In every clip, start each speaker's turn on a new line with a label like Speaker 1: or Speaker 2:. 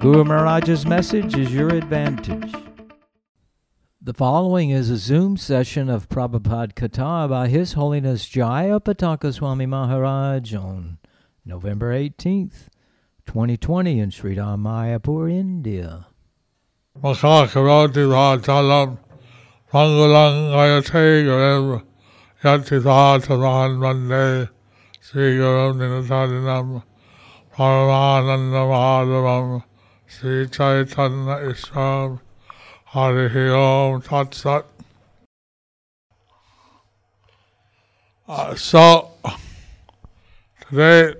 Speaker 1: Guru Maharaj's message is your advantage. The following is a Zoom session of Prabhupada Katha by His Holiness Jaya Pataka Swami Maharaj on November 18th, 2020 in Sri Mayapur, India.
Speaker 2: Masakirati Vatalam Pangalangayate Gurim Yatithatarahan Mande Sri Gurum Dinatarinam Paramananda Madhavam Sri Chaitanya Isram Harihi Om Tat Sat Uh, so, today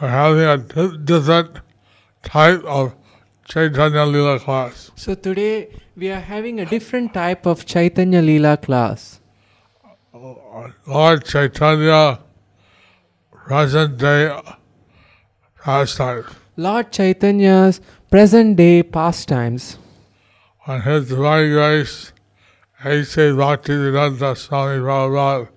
Speaker 2: we're having a di- different type of Chaitanya Lila class.
Speaker 3: So today we are having a different type of Chaitanya Leela class.
Speaker 2: Lord Chaitanya, present day pastime,
Speaker 3: Lord Chaitanya's present day pastimes.
Speaker 2: on His Divine Grace, H.C. Bhaktivedanta Swami Prabhupada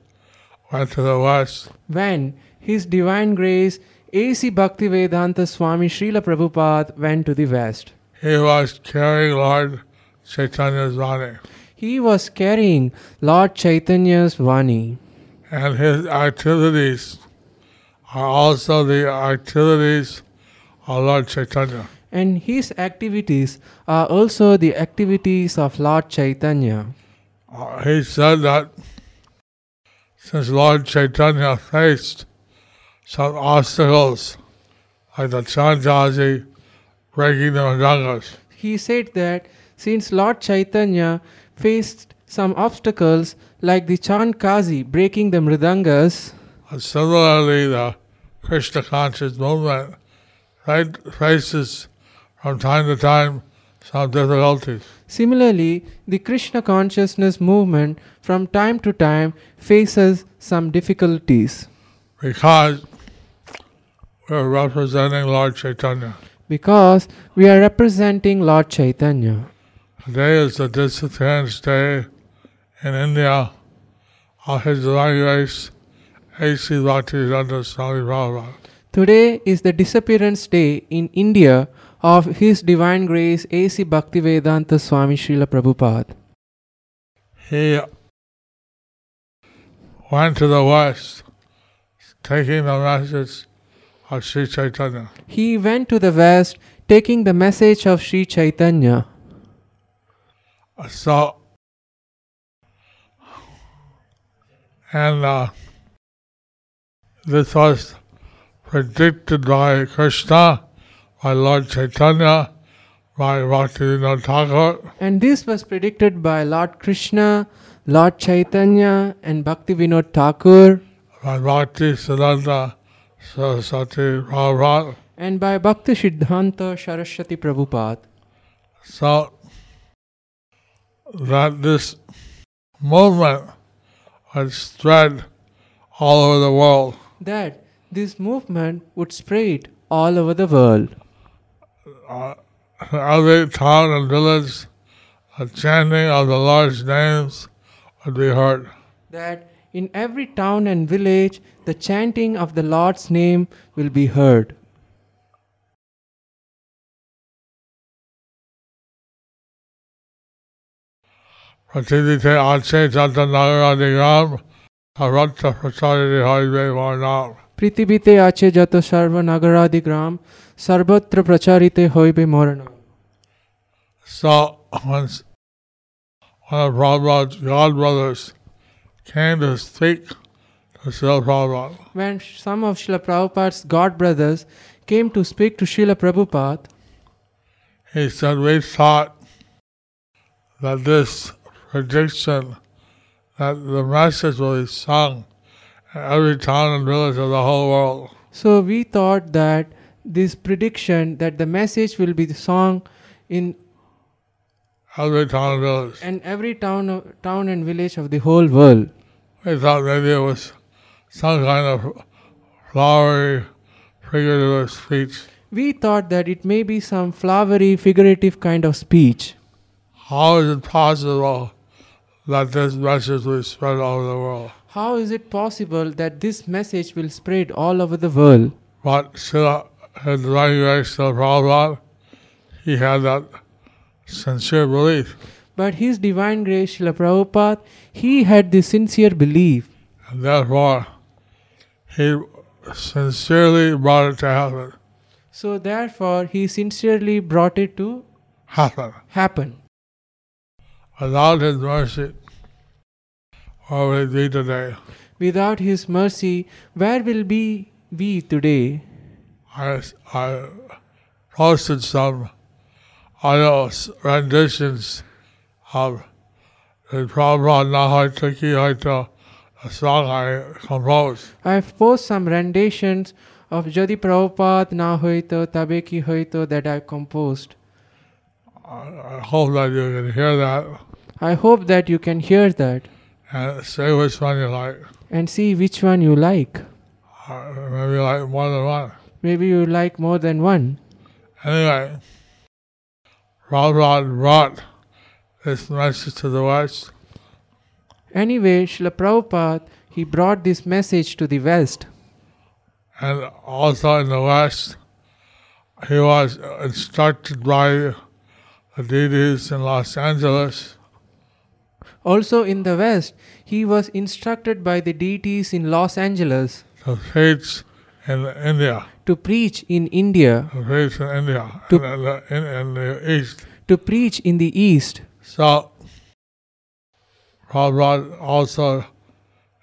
Speaker 2: went to the West
Speaker 3: When His Divine Grace A.C. Bhaktivedanta Swami Srila Prabhupada went to the West,
Speaker 2: He was carrying Lord Chaitanya's body,
Speaker 3: he was carrying Lord Chaitanya's Vani,
Speaker 2: and his activities are also the activities of Lord Chaitanya.
Speaker 3: and his activities are also the activities of Lord Chaitanya.
Speaker 2: Uh, he said that since Lord Chaitanya faced some obstacles like the Chandraji breaking the Madangas,
Speaker 3: He said that since Lord Chaitanya faced some obstacles like the Chand Kazi breaking the mridangas,
Speaker 2: and similarly the Krishna conscious movement fa- faces from time to time some difficulties.
Speaker 3: similarly, the Krishna consciousness movement from time to time faces some difficulties
Speaker 2: because we're representing Lord Chaitanya.
Speaker 3: because we are representing Lord Chaitanya.
Speaker 2: Today is the disappearance day in India of His Divine Grace, A.C. Bhaktivedanta Swami Prabhupada.
Speaker 3: Today is the disappearance day in India of His Divine Grace A.C. Bhaktivedanta Swami Srila Prabhupada.
Speaker 2: He went to the West taking the message of Sri Chaitanya.
Speaker 3: He went to the West taking the message of Sri Chaitanya.
Speaker 2: So, and uh, this was predicted by Krishna, by Lord Chaitanya, by Bhaktivinoda Thakur,
Speaker 3: And this was predicted by Lord Krishna, Lord Chaitanya, and Bhaktivinoda Thakur,
Speaker 2: by Bhakti Siddhanta Saraswati Prabhupada.
Speaker 3: and by Bhakti Siddhanta Saraswati Prabhupada.
Speaker 2: So, that this movement was spread all over the world.
Speaker 3: That this movement would spread all over the world.
Speaker 2: In every town and village, the chanting of the Lord's names would be heard.
Speaker 3: That in every town and village, the chanting of the Lord's name will be heard.
Speaker 2: Pratidite Ache Jatanagaradigam, Aratta Prasadi Haribe Varnam.
Speaker 3: Pritibite ache jato sarva nagaradigram, sarvatra pracharite hoibe moranam.
Speaker 2: So, when s- one of Prabhupada's godbrothers came to speak to Srila Prabhupada,
Speaker 3: When some of Srila Prabhupada's god brothers came to speak to Srila Prabhupada,
Speaker 2: he said, We thought that this prediction that the message will be sung in every town and village of the whole world.
Speaker 3: So we thought that this prediction that the message will be the song in
Speaker 2: every town village.
Speaker 3: and every town of, town and village of the whole world.
Speaker 2: We thought maybe it was some kind of flowery figurative speech.
Speaker 3: We thought that it may be some flowery, figurative kind of speech.
Speaker 2: How is it possible that this message will spread over the world?
Speaker 3: How is it possible that this message will spread all over the world?
Speaker 2: But Srila his language, Srila Prabhupada, he had that sincere belief.
Speaker 3: But His Divine Grace, Srila Prabhupada, He had the sincere belief,
Speaker 2: And therefore, he sincerely brought it to happen.
Speaker 3: so therefore He sincerely brought it to
Speaker 2: happen.
Speaker 3: happen.
Speaker 2: Without his mercy, where would it be today?
Speaker 3: Without His mercy, where will be we today?
Speaker 2: I, I posted some audio renditions of the Prabhupada Nahai Tiki Haito, a song I composed.
Speaker 3: I've posted some renditions of Jadi Prabhupada Na Hoito Tabe Ki Hoito that I've composed.
Speaker 2: I hope that you can hear that
Speaker 3: I hope that you can hear that
Speaker 2: and say which one you like.
Speaker 3: and see which one you like.
Speaker 2: Uh, Maybe like more than one.
Speaker 3: Maybe you like more than one.
Speaker 2: Anyway, Prabhupada brought this message to the West.
Speaker 3: Anyway, Srila Prabhupada, he brought this message to the West.
Speaker 2: and also in the West, he was instructed by the deities in Los Angeles
Speaker 3: Also in the West, he was instructed by the deities in Los Angeles
Speaker 2: to preach in India,
Speaker 3: to preach in India,
Speaker 2: to preach in India,
Speaker 3: To-
Speaker 2: in, the, in, in the East.
Speaker 3: to preach in the East.
Speaker 2: So, Prabhupada also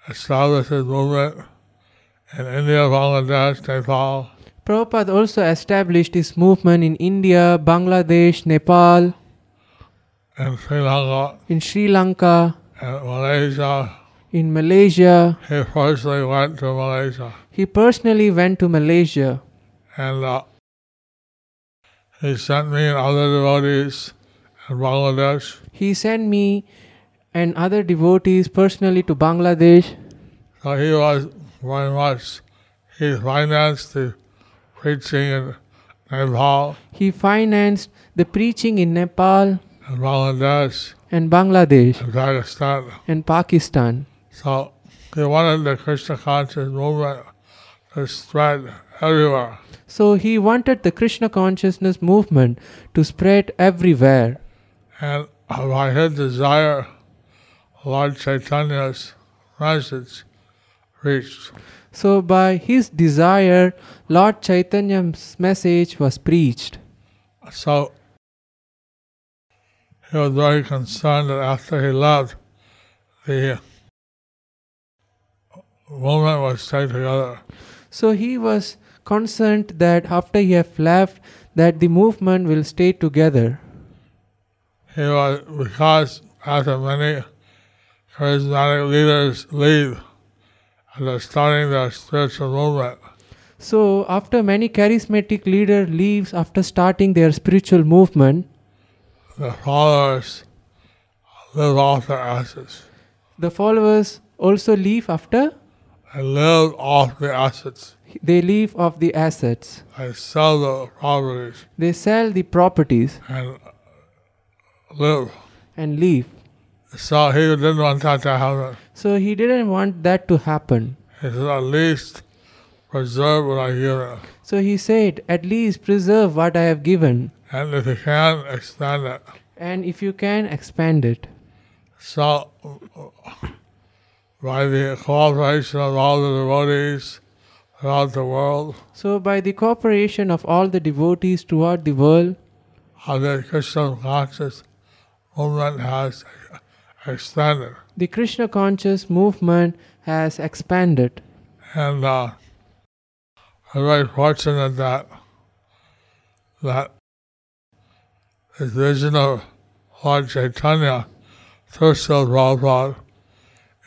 Speaker 2: established his movement in India, Bangladesh, Nepal,
Speaker 3: Prabhupada also established his movement in India, Bangladesh, Nepal,
Speaker 2: and Sri Lanka,
Speaker 3: in Sri Lanka,
Speaker 2: and uh, Malaysia.
Speaker 3: in Malaysia.
Speaker 2: He personally went to Malaysia.
Speaker 3: He personally went to Malaysia.
Speaker 2: and uh, he sent me and other devotees in Bangladesh
Speaker 3: He sent me and other devotees personally to Bangladesh.
Speaker 2: So he was very much, he financed the preaching in Nepal
Speaker 3: He financed the preaching in Nepal
Speaker 2: and Bangladesh
Speaker 3: and Bangladesh
Speaker 2: and Pakistan.
Speaker 3: and Pakistan.
Speaker 2: So he wanted the Krishna conscious movement to spread everywhere.
Speaker 3: So he wanted the Krishna consciousness movement to spread everywhere.
Speaker 2: And by his desire, Lord Chaitanya's message reached.
Speaker 3: So by his desire, Lord Chaitanya's message was preached.
Speaker 2: So he was very concerned that after he left, the movement was stayed together.
Speaker 3: So he was concerned that after he have left, that the movement will stay together.
Speaker 2: He was because after many charismatic leaders leave and are starting their spiritual movement,
Speaker 3: So after many charismatic leader leaves after starting their spiritual movement,
Speaker 2: the followers live off their assets.
Speaker 3: the followers also leave after
Speaker 2: They live off the assets.
Speaker 3: they leave of the assets.
Speaker 2: They sell the properties
Speaker 3: They sell the properties
Speaker 2: and live.
Speaker 3: and leave.
Speaker 2: So he didn't want that to happen.
Speaker 3: So he didn't want that to happen.
Speaker 2: He said, at least preserve what I give.
Speaker 3: So he said, At least preserve what I have given,
Speaker 2: And if you can, expand it.
Speaker 3: and if you can, expand it.
Speaker 2: So, by the cooperation of all the devotees throughout the world,
Speaker 3: So, by the cooperation of all the devotees throughout the world,
Speaker 2: how the Krishna conscious movement has expanded.
Speaker 3: the Krishna conscious movement has expanded.
Speaker 2: And uh, I'm very fortunate that that this vision of Lord Chaitanya through Srila Prabhupada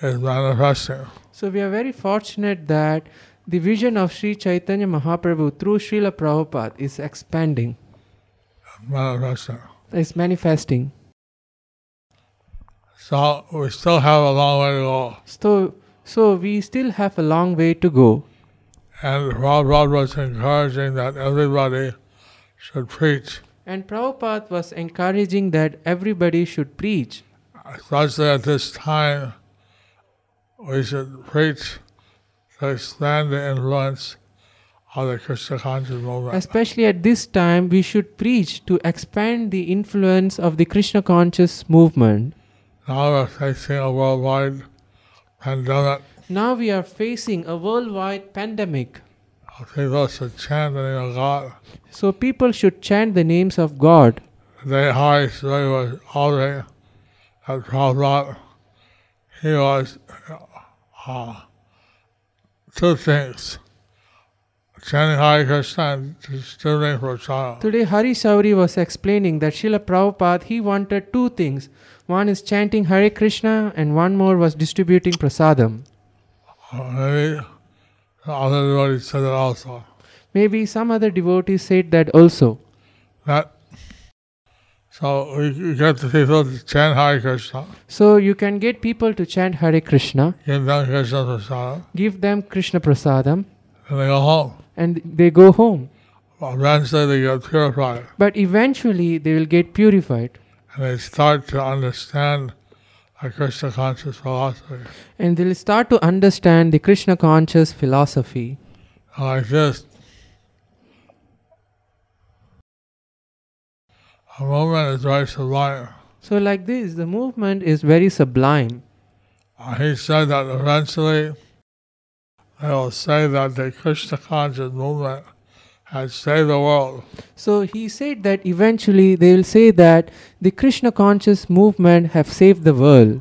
Speaker 2: is manifesting.
Speaker 3: So, we are very fortunate that The vision of Sri Chaitanya Mahaprabhu through Srila Prabhupada is expanding,
Speaker 2: manifesting.
Speaker 3: is manifesting.
Speaker 2: So we still have a long way to go.
Speaker 3: So, so we still have a long way to go.
Speaker 2: And Prabhupada was encouraging that everybody should preach,
Speaker 3: And Prabhupada was encouraging that everybody should preach,
Speaker 2: especially at this time. We should preach to expand the influence of the Krishna conscious movement.
Speaker 3: especially at this time. We should preach to expand the influence of the Krishna conscious movement.
Speaker 2: Now we're facing a worldwide pandemic.
Speaker 3: Now we are facing a worldwide pandemic,
Speaker 2: People should chant the name of God.
Speaker 3: so people should chant the names of God.
Speaker 2: They high story was already that Prabhupada. He was uh, two things. Chanting Hare Krishna and distributing prasad.
Speaker 3: Today, Hari Sauri was explaining that Srila Prabhupada he wanted two things. One is chanting Hare Krishna, and one more was distributing prasadam.
Speaker 2: Uh, Maybe the other devotees said it also.
Speaker 3: Maybe some other devotee said that also.
Speaker 2: That so we we get the people to chant Hare Krishna,
Speaker 3: So you can get people to chant Hare Krishna,
Speaker 2: give them Krishna prasad,
Speaker 3: give them Krishna prasadam,
Speaker 2: and they go home.
Speaker 3: and they go home.
Speaker 2: Eventually they get purified
Speaker 3: But eventually, they will get purified,
Speaker 2: and they start to understand the Krishna conscious philosophy.
Speaker 3: and they'll start to understand the Krishna conscious philosophy.
Speaker 2: Like this. A movement is very sublime.
Speaker 3: So, like this, the movement is very sublime.
Speaker 2: Uh, He said that eventually they will say that the Krishna conscious movement has saved the world.
Speaker 3: So he said that eventually they will say that the Krishna conscious movement have saved the world.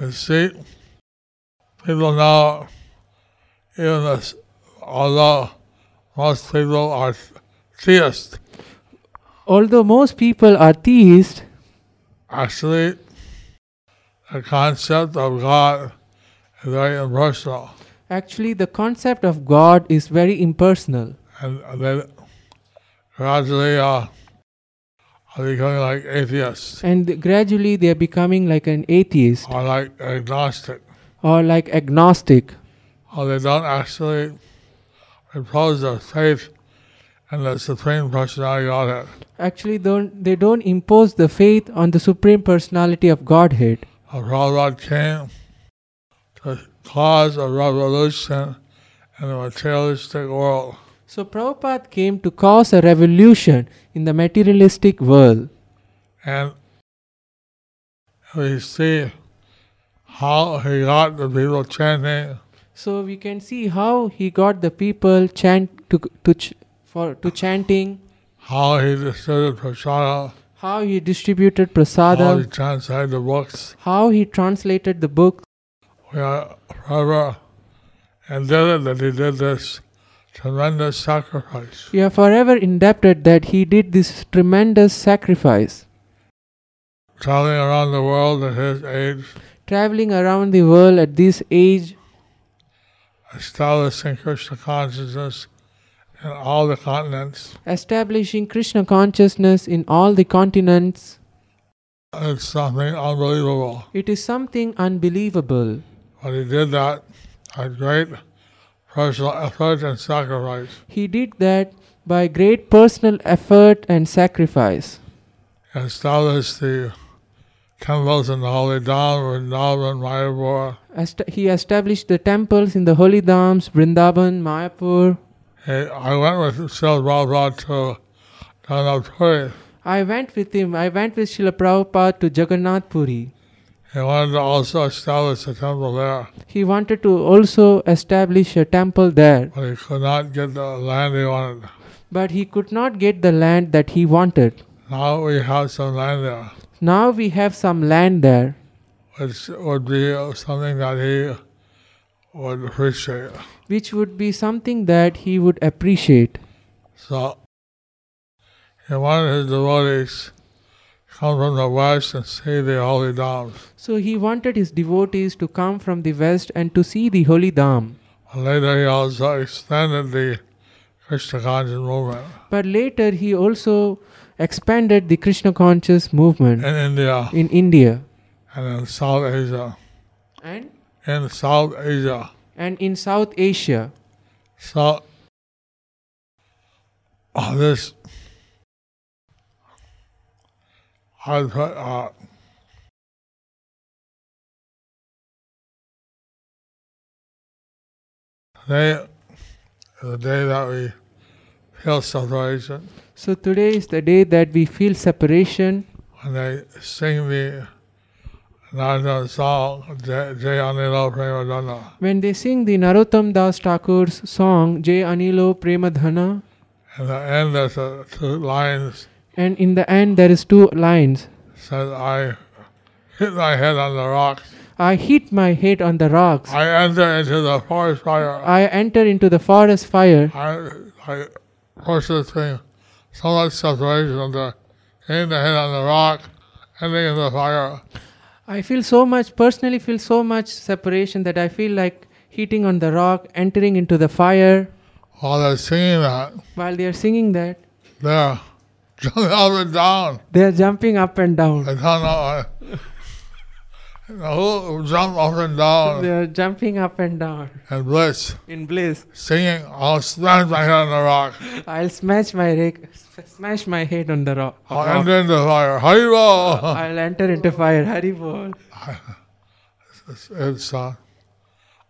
Speaker 2: You see, people now, even this, although most people are theists,
Speaker 3: Although most people are theists,
Speaker 2: Actually, the concept of God is very impersonal,
Speaker 3: actually the concept of God is very impersonal.
Speaker 2: and they gradually uh, are becoming like atheists
Speaker 3: And gradually they are becoming like an atheist
Speaker 2: or like agnostic,
Speaker 3: or like agnostic.
Speaker 2: or they don't actually repose their faith in the Supreme Personality of Godhead.
Speaker 3: Actually, don't, they don't impose the faith on the Supreme Personality of Godhead.
Speaker 2: The Prabhupada came to cause a revolution in the materialistic world.
Speaker 3: So Prabhupada came to cause a revolution in the materialistic world.
Speaker 2: and we see how he got the people chanting
Speaker 3: So we can see how he got the people chant to to ch- for to chanting,
Speaker 2: how he distributed prasada,
Speaker 3: how he distributed
Speaker 2: how he
Speaker 3: prasadam,
Speaker 2: translated the books.
Speaker 3: how he translated the book.
Speaker 2: We are forever indebted that he did this tremendous sacrifice.
Speaker 3: We are forever indebted that he did this tremendous sacrifice,
Speaker 2: Traveling around the world at his age,
Speaker 3: traveling around the world at this age,
Speaker 2: establishing Krishna consciousness in all the continents.
Speaker 3: establishing Krishna consciousness in all the continents.
Speaker 2: It's something unbelievable.
Speaker 3: It is something unbelievable.
Speaker 2: But he did that at great personal effort and sacrifice.
Speaker 3: He did that by great personal effort and sacrifice.
Speaker 2: established the temples in the Holy Dam, Vrindavan, Mayapur.
Speaker 3: Est- he established the temples in the holy dams, Vrindavan, Mayapur.
Speaker 2: And I went with Sri Prabhupada to Dhanapuri.
Speaker 3: I went with him. I went with Srila Prabhupada to Jagannath Puri.
Speaker 2: He wanted to also establish a temple there,
Speaker 3: He wanted to also establish a temple there,
Speaker 2: but he could not get the land he wanted.
Speaker 3: but he could not get the land that he wanted.
Speaker 2: Now we have some land there,
Speaker 3: Now we have some land there,
Speaker 2: which would be something that he would appreciate.
Speaker 3: which would be something that he would appreciate.
Speaker 2: So he wanted his devotees to come from the west and see the Holy Dams.
Speaker 3: So he wanted his devotees to come from the west and to see the holy dam.
Speaker 2: Later, he also extended the Krishna conscious movement
Speaker 3: But later he also expanded the Krishna conscious movement
Speaker 2: in India
Speaker 3: in India
Speaker 2: and in South Asia.
Speaker 3: and
Speaker 2: In South Asia,
Speaker 3: and in South Asia.
Speaker 2: South, oh, this, I put, uh, today is the day that we feel separation.
Speaker 3: So today is the day that we feel separation
Speaker 2: when they sing the Narada song, Jai Jai Anilo Premadana,
Speaker 3: when they sing the Narottam Das Thakur's song Jay Anilo Premadhana
Speaker 2: and the end of the two lines
Speaker 3: and in the end there is two lines
Speaker 2: says, I hit my head on the rocks.
Speaker 3: I hit my head on the rocks
Speaker 2: I enter into the forest fire.
Speaker 3: I enter into the forest fire
Speaker 2: I, I processing so much separation that hitting the head on the rock, ending in the fire.
Speaker 3: I feel so much personally feel so much separation that I feel like hitting on the rock entering into the fire
Speaker 2: While they're singing that,
Speaker 3: while they are singing that
Speaker 2: they're jumping up and down.
Speaker 3: they are jumping up and down
Speaker 2: I don't know. I, who jump up and down
Speaker 3: they are jumping up and down
Speaker 2: and bliss,
Speaker 3: in bliss
Speaker 2: singing, I'll smash my head on the rock.
Speaker 3: I'll smash my reg- smash my head on the rock
Speaker 2: I'll end in the fire. Haribo!
Speaker 3: I'll enter into fire Hari Bol
Speaker 2: It's, it's uh,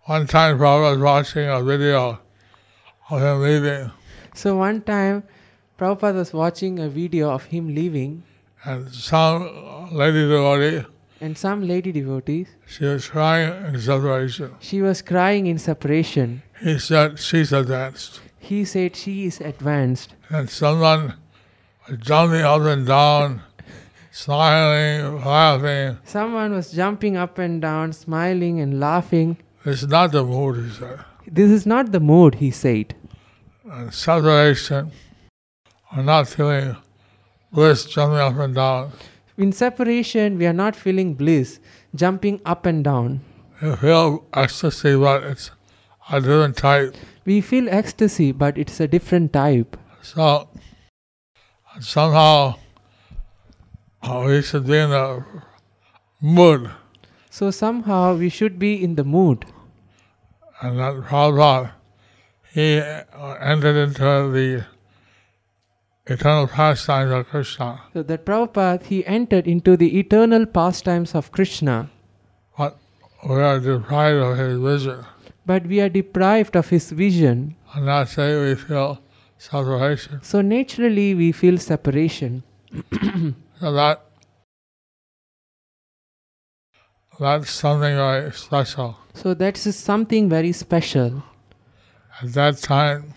Speaker 2: one time Prabhupada was watching a video of him leaving
Speaker 3: So one time, Prabhupada was watching a video of him leaving,
Speaker 2: and some lady devotee,
Speaker 3: and some lady devotees,
Speaker 2: she was crying in separation.
Speaker 3: she was crying in separation.
Speaker 2: He said, she's advanced.
Speaker 3: He said she is advanced,
Speaker 2: And someone was jumping up and down, smiling, laughing.
Speaker 3: Someone was jumping up and down, smiling and laughing.
Speaker 2: It's not the mood, he said.
Speaker 3: This is not the mood, he said.
Speaker 2: And separation or not feeling bliss jumping up and down.
Speaker 3: In separation, we are not feeling bliss, jumping up and down.
Speaker 2: You feel ecstasy, but it's a different type.
Speaker 3: We feel ecstasy, but it's a different type.
Speaker 2: So somehow uh, we should be in a mood.
Speaker 3: So somehow we should be in the mood.
Speaker 2: And that Prabhupada, he uh, entered into the eternal pastimes of Krishna.
Speaker 3: So that Prabhupada, he entered into the eternal pastimes of Krishna.
Speaker 2: But we are deprived of his vision.
Speaker 3: but we are deprived of his vision.
Speaker 2: And that's why we feel separation.
Speaker 3: So naturally, we feel separation.
Speaker 2: So that that's something very special.
Speaker 3: So that is something very special.
Speaker 2: At that time,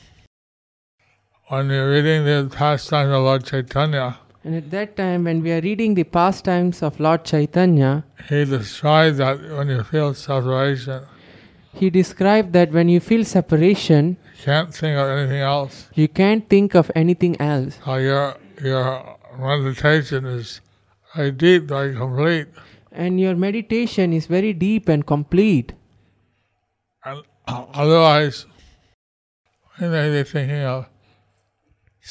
Speaker 2: when you're reading the pastime of Lord Chaitanya,
Speaker 3: And at that time, when we are reading the pastimes of Lord Chaitanya,
Speaker 2: he described that when you feel separation,
Speaker 3: he described that when you feel separation,
Speaker 2: you can't think of anything else.
Speaker 3: you can't think of anything else.
Speaker 2: So your your meditation is very deep, very complete,
Speaker 3: And your meditation is very deep and complete.
Speaker 2: and otherwise, you may be thinking of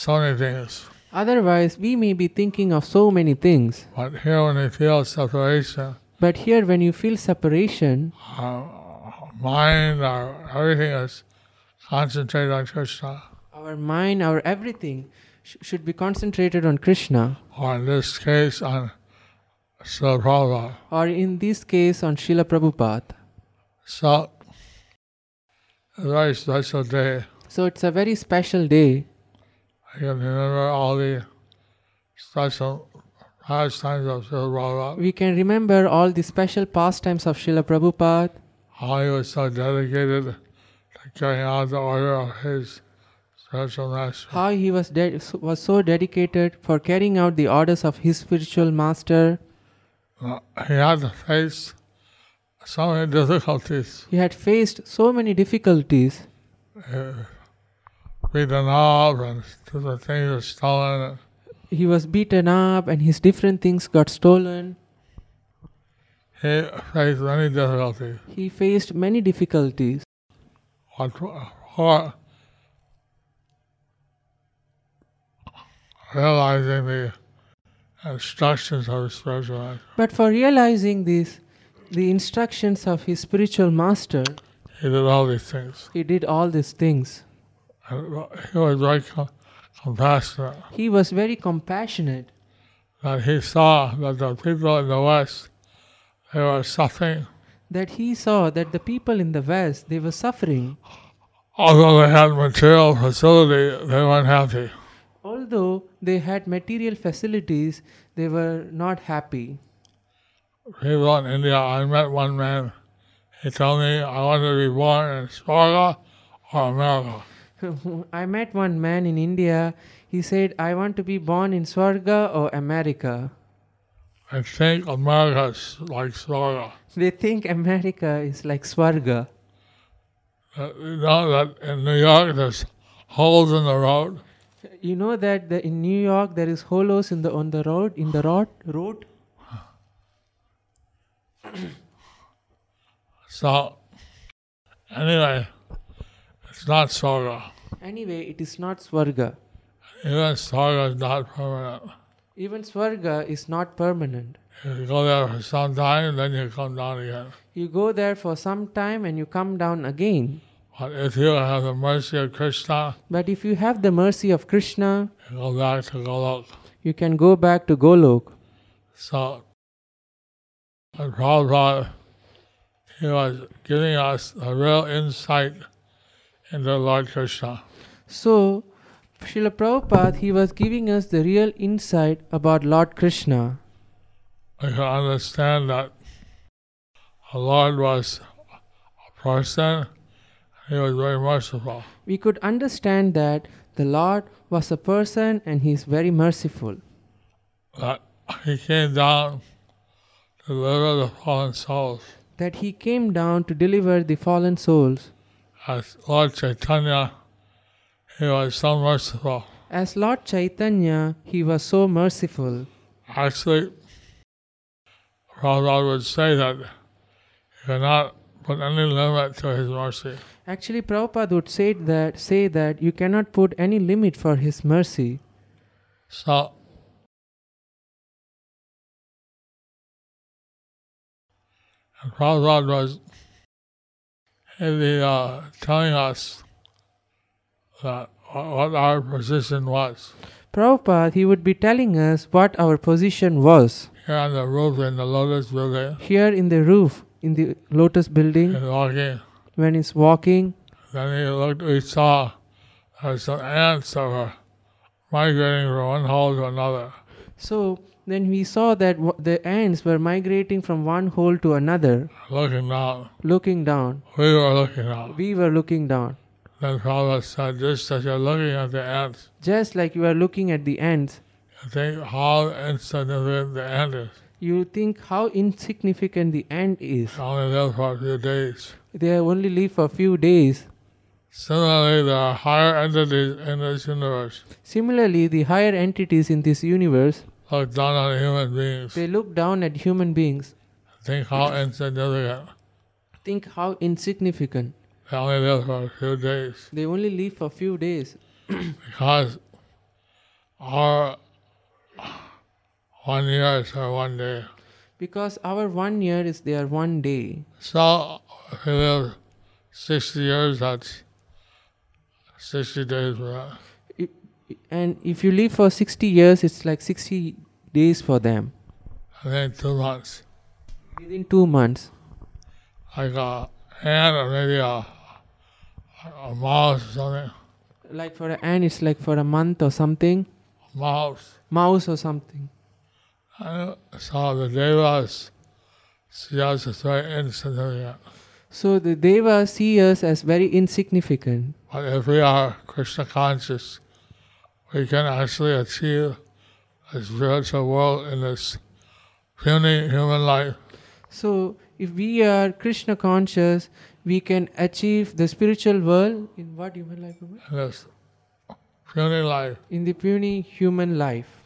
Speaker 2: so many things.
Speaker 3: Otherwise, we may be thinking of so many things.
Speaker 2: But here, when you feel separation,
Speaker 3: But here, when you feel separation,
Speaker 2: our mind, our everything is concentrated on Krishna,
Speaker 3: our mind, our everything sh- should be concentrated on Krishna.
Speaker 2: or in this case, on Srila Prabhupada.
Speaker 3: or in this case on Srila Prabhupada.
Speaker 2: So, a very special day.
Speaker 3: So it's a very special day.
Speaker 2: I can remember all the special pastimes of Srila Prabhupada,
Speaker 3: We can remember all the special pastimes of Srila Prabhupada,
Speaker 2: how he was so dedicated to carrying out the order of his spiritual master.
Speaker 3: how he was, de- was so dedicated for carrying out the orders of his spiritual master.
Speaker 2: He had to face so many difficulties.
Speaker 3: He had faced so many difficulties.
Speaker 2: beaten up and the things were stolen.
Speaker 3: He was beaten up and his different things got stolen.
Speaker 2: He faced many difficulties.
Speaker 3: He faced many difficulties.
Speaker 2: or, tw- or realizing the instructions of the spiritual master.
Speaker 3: But for realizing this, the instructions of his spiritual master,
Speaker 2: He did all these things.
Speaker 3: he did all these things.
Speaker 2: And he was very com- compassionate
Speaker 3: He was very compassionate
Speaker 2: that he saw that the people in the West, they were suffering,
Speaker 3: that he saw that the people in the West they were suffering.
Speaker 2: although they had material facility, they weren't happy.
Speaker 3: Although they had material facilities, they were not happy.
Speaker 2: People in India, I met one man. He told me I want to be born in Sparta or America.
Speaker 3: I met one man in India. He said, I want to be born in Swarga or America.
Speaker 2: I think America's like Sparta.
Speaker 3: They think America is like Swarga.
Speaker 2: That- Uh, You know that in New York there's holes in the road.
Speaker 3: You know that the, in New York there is hollows in the on the road in the road road.
Speaker 2: So anyway, it's not Sparta.
Speaker 3: Anyway, it is not Swarga.
Speaker 2: Even Sparta is not permanent.
Speaker 3: Even Swarga is not permanent.
Speaker 2: You go there for some time, then you come down again.
Speaker 3: You go there for some time and you come down again.
Speaker 2: But if you have the mercy of Krishna,
Speaker 3: But if you have the mercy of Krishna,
Speaker 2: you go back to Golok.
Speaker 3: you can go back to Golok.
Speaker 2: So, and Prabhupada, he was giving us a real insight into Lord Krishna.
Speaker 3: So, Srila Prabhupada, he was giving us the real insight about Lord Krishna.
Speaker 2: We could understand that the Lord was a person, he was very merciful.
Speaker 3: We could understand that the Lord was a person and he is very merciful.
Speaker 2: That he came down to deliver the fallen souls.
Speaker 3: That he came down to deliver the fallen souls.
Speaker 2: As Lord Chaitanya, he was so merciful.
Speaker 3: As Lord Chaitanya, he was so merciful.
Speaker 2: Actually, Prabhupada would say that you cannot put any limit to his mercy.
Speaker 3: Actually, Prabhupada would say that, say that you cannot put any limit for his mercy.
Speaker 2: So, and Prabhupada was really uh, telling us that wha- what our position was
Speaker 3: Prabhupada, he would be telling us what our position was
Speaker 2: here on the roof in the lotus building
Speaker 3: here in the roof in the Lotus building
Speaker 2: and walking.
Speaker 3: when he's walking.
Speaker 2: Then he looked, we saw there were some ants that were migrating from one hole to another.
Speaker 3: So then we saw that w- the ants were migrating from one hole to another,
Speaker 2: Looking down.
Speaker 3: looking down.
Speaker 2: We were looking down.
Speaker 3: We were looking down,
Speaker 2: Then Prabhupada said, just as you're looking at the ants,
Speaker 3: just like you are looking at the ants.
Speaker 2: I think how insignificant the ant is.
Speaker 3: You think how insignificant the ant is.
Speaker 2: It only lives for a few days.
Speaker 3: They only live for a few days.
Speaker 2: Similarly, there are higher entities in this universe
Speaker 3: Similarly, the higher entities in this universe
Speaker 2: look down on human beings.
Speaker 3: they look down at human beings.
Speaker 2: Think how insignificant.
Speaker 3: Think how insignificant.
Speaker 2: They only live for a few days.
Speaker 3: They only live for a few days
Speaker 2: Because our one year is our one day.
Speaker 3: because our one year is their one day.
Speaker 2: So if you live 60 years, that's 60 days for us.
Speaker 3: If- And if you live for 60 years, it's like 60 days for them
Speaker 2: I think two months.
Speaker 3: within two months.
Speaker 2: Like a ant or maybe a, a mouse or something.
Speaker 3: Like for an ant, it's like for a month or something,
Speaker 2: Mouse.
Speaker 3: mouse or something.
Speaker 2: I saw the devas. See us as very insignificant.
Speaker 3: So the devas see us as very insignificant.
Speaker 2: But if we are Krishna conscious, we can actually achieve the spiritual world in this puny human life.
Speaker 3: So if we are Krishna conscious, we can achieve the spiritual world in what human life? Umar?
Speaker 2: in this puny life.
Speaker 3: In the puny human life.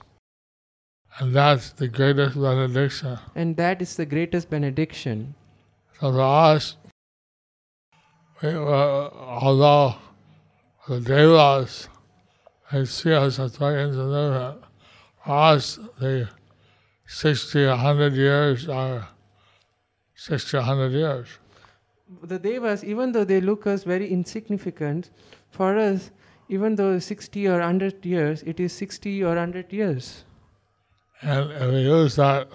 Speaker 2: And that's the greatest benediction.
Speaker 3: And that is the greatest benediction.
Speaker 2: So for us, we were, although the devas, they see us as pagans and different. For us, the 60, 100 years are 60, 100 years.
Speaker 3: The devas, even though they look us very insignificant, for us, even though 60 or 100 years, it is 60 or 100 years.
Speaker 2: And if we use that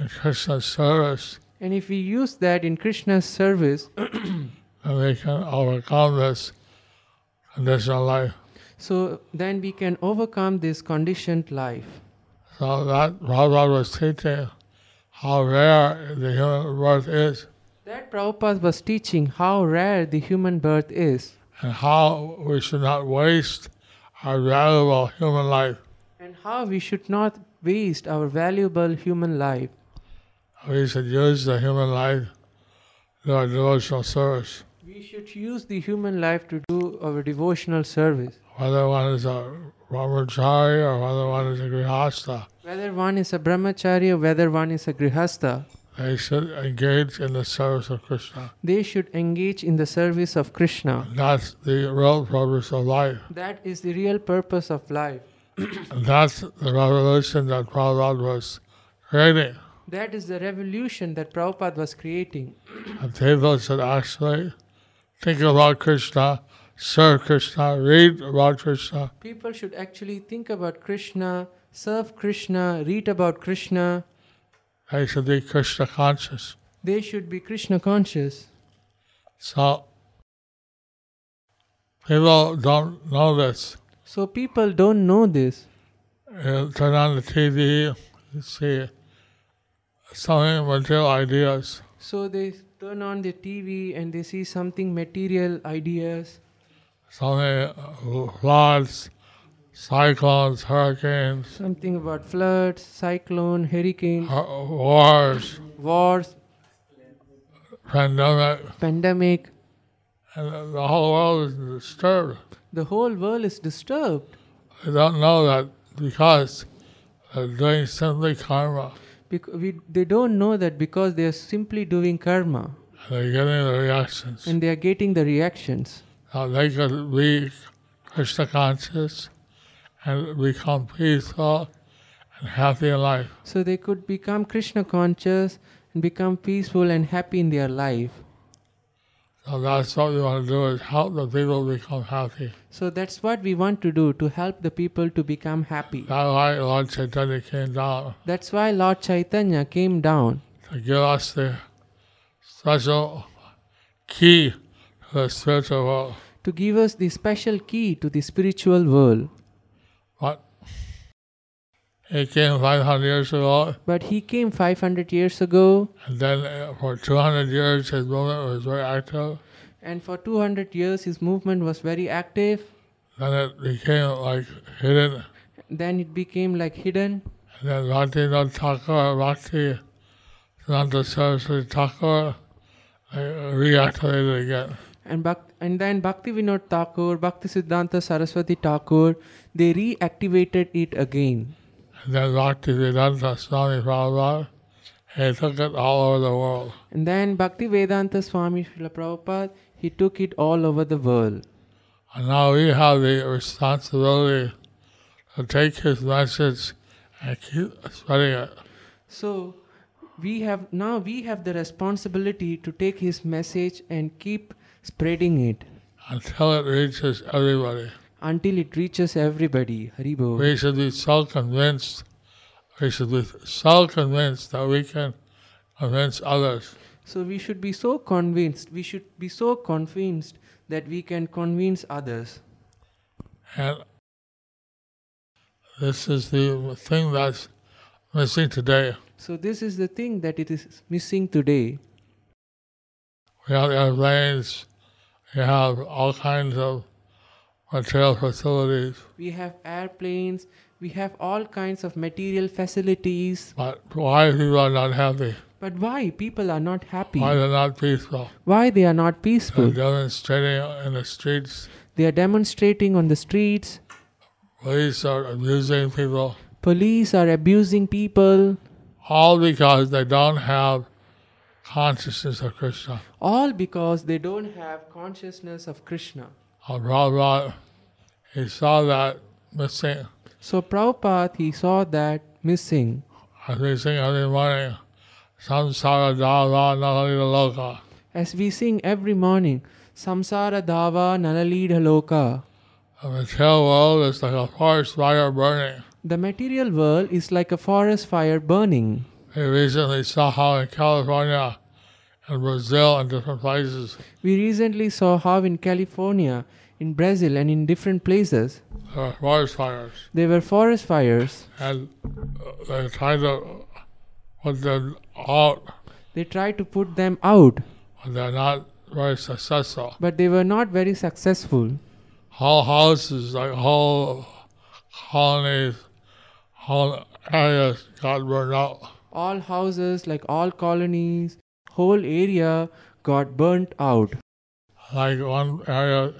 Speaker 2: in Krishna's service,
Speaker 3: And if we use that in Krishna's service,
Speaker 2: then we can overcome this conditional life.
Speaker 3: so then we can overcome this conditioned life.
Speaker 2: So that Prabhupada was teaching how rare the human birth is
Speaker 3: That Prabhupada was teaching how rare the human birth is
Speaker 2: and how we should not waste our valuable human life.
Speaker 3: and how we should not waste our valuable human life.
Speaker 2: We should use the human life to our devotional service.
Speaker 3: We should use the human life to do our devotional service.
Speaker 2: Whether one is a brahmachari or whether one is a grihasta,
Speaker 3: Whether one is a brahmacharya, whether one is a grihastha,
Speaker 2: they should engage in the service of Krishna.
Speaker 3: they should engage in the service of Krishna.
Speaker 2: That's the real purpose of life.
Speaker 3: That is the real purpose of life.
Speaker 2: And that's the revolution that Prabhupada was creating.
Speaker 3: That is the revolution that Prabhupada was creating.
Speaker 2: And people should actually think about Krishna, serve Krishna, read about Krishna,
Speaker 3: People should actually think about Krishna, serve Krishna, read about Krishna.
Speaker 2: they should be Krishna conscious.
Speaker 3: They should be Krishna conscious.
Speaker 2: So people don't know this.
Speaker 3: So people don't know this.
Speaker 2: You turn on the TV, you see so many material ideas.
Speaker 3: So they turn on the TV and they see something material, ideas,
Speaker 2: So many uh, floods, cyclones, hurricanes,
Speaker 3: something about floods, cyclone, hurricane,
Speaker 2: hu- wars,
Speaker 3: wars,
Speaker 2: pandemic,
Speaker 3: pandemic.
Speaker 2: and the- the whole world is disturbed.
Speaker 3: The whole world is disturbed
Speaker 2: They don't know that because they're doing simply karma.
Speaker 3: because we, they don't know that because they are simply doing karma
Speaker 2: and They're getting the reactions.
Speaker 3: and they are getting the reactions.
Speaker 2: Now Uh, they could be Krishna conscious and become peaceful and happy in life.
Speaker 3: So they could become Krishna conscious and become peaceful and happy in their life.
Speaker 2: So that's what we want to do is help the people become happy.
Speaker 3: So that's what we want to do to help the people to become happy.
Speaker 2: That's why Lord Chaitanya came down
Speaker 3: That's why Lord Chaitanya came down
Speaker 2: to give us the special key to the spiritual world.
Speaker 3: to give us the special key to the spiritual world.
Speaker 2: But he came 500 years ago,
Speaker 3: But he came 500 years ago,
Speaker 2: and then uh, for 200 years his movement was very active.
Speaker 3: and for 200 years his movement was very active.
Speaker 2: Then it became like hidden
Speaker 3: Then it became like hidden.
Speaker 2: And then Rati Lord Thakur, Rati Sananda Saraswati Thakur, they reactivated again.
Speaker 3: And, Bhak- and then Bhaktivinoda Thakur, Bhakti Siddhanta Saraswati Thakur, they reactivated it again.
Speaker 2: And then Bhakti Vedanta Swami Prabhupada, he took it all over the world.
Speaker 3: And then Bhaktivedanta Swami Srila Prabhupada, he took it all over the world.
Speaker 2: And now we have the responsibility to take his message and keep spreading it.
Speaker 3: So we have now we have the responsibility to take his message and keep spreading it
Speaker 2: Until it reaches everybody.
Speaker 3: until it reaches everybody. Haribo.
Speaker 2: We should be so convinced, we should be so convinced that we can convince others.
Speaker 3: So we should be so convinced, we should be so convinced that we can convince others.
Speaker 2: And this is the thing that's missing today.
Speaker 3: So this is the thing that it is missing today.
Speaker 2: We have airplanes, we have all kinds of material facilities,
Speaker 3: We have airplanes, we have all kinds of material facilities.
Speaker 2: but why people are not happy?
Speaker 3: But why people are not happy?
Speaker 2: Why Uh, they're not peaceful?
Speaker 3: Why they are not
Speaker 2: They're
Speaker 3: peaceful?
Speaker 2: demonstrating in the streets,
Speaker 3: They are demonstrating on the streets.
Speaker 2: police are abusing people,
Speaker 3: Police are abusing people
Speaker 2: all because they don't have consciousness of Krishna.
Speaker 3: all because they don't have consciousness of Krishna.
Speaker 2: Or Prabhupada, he saw that missing.
Speaker 3: So Prabhupada, he saw that missing.
Speaker 2: As we sing every morning, samsara dava nalali loka.
Speaker 3: As we sing every morning, Samsara Dava Nalalidha Loka.
Speaker 2: The material world is like a forest fire burning.
Speaker 3: The material world is like a forest fire burning.
Speaker 2: We recently saw how in California and Brazil and different places,
Speaker 3: We recently saw how in California, in Brazil, and in different places,
Speaker 2: there were forest fires.
Speaker 3: there were forest fires.
Speaker 2: And uh, they tried to put them out,
Speaker 3: They tried to put them out,
Speaker 2: but they're not very successful.
Speaker 3: but they were not very successful.
Speaker 2: Whole houses, like whole colonies, whole areas got burned out.
Speaker 3: All houses, like all colonies, whole area got burnt out.
Speaker 2: Like one area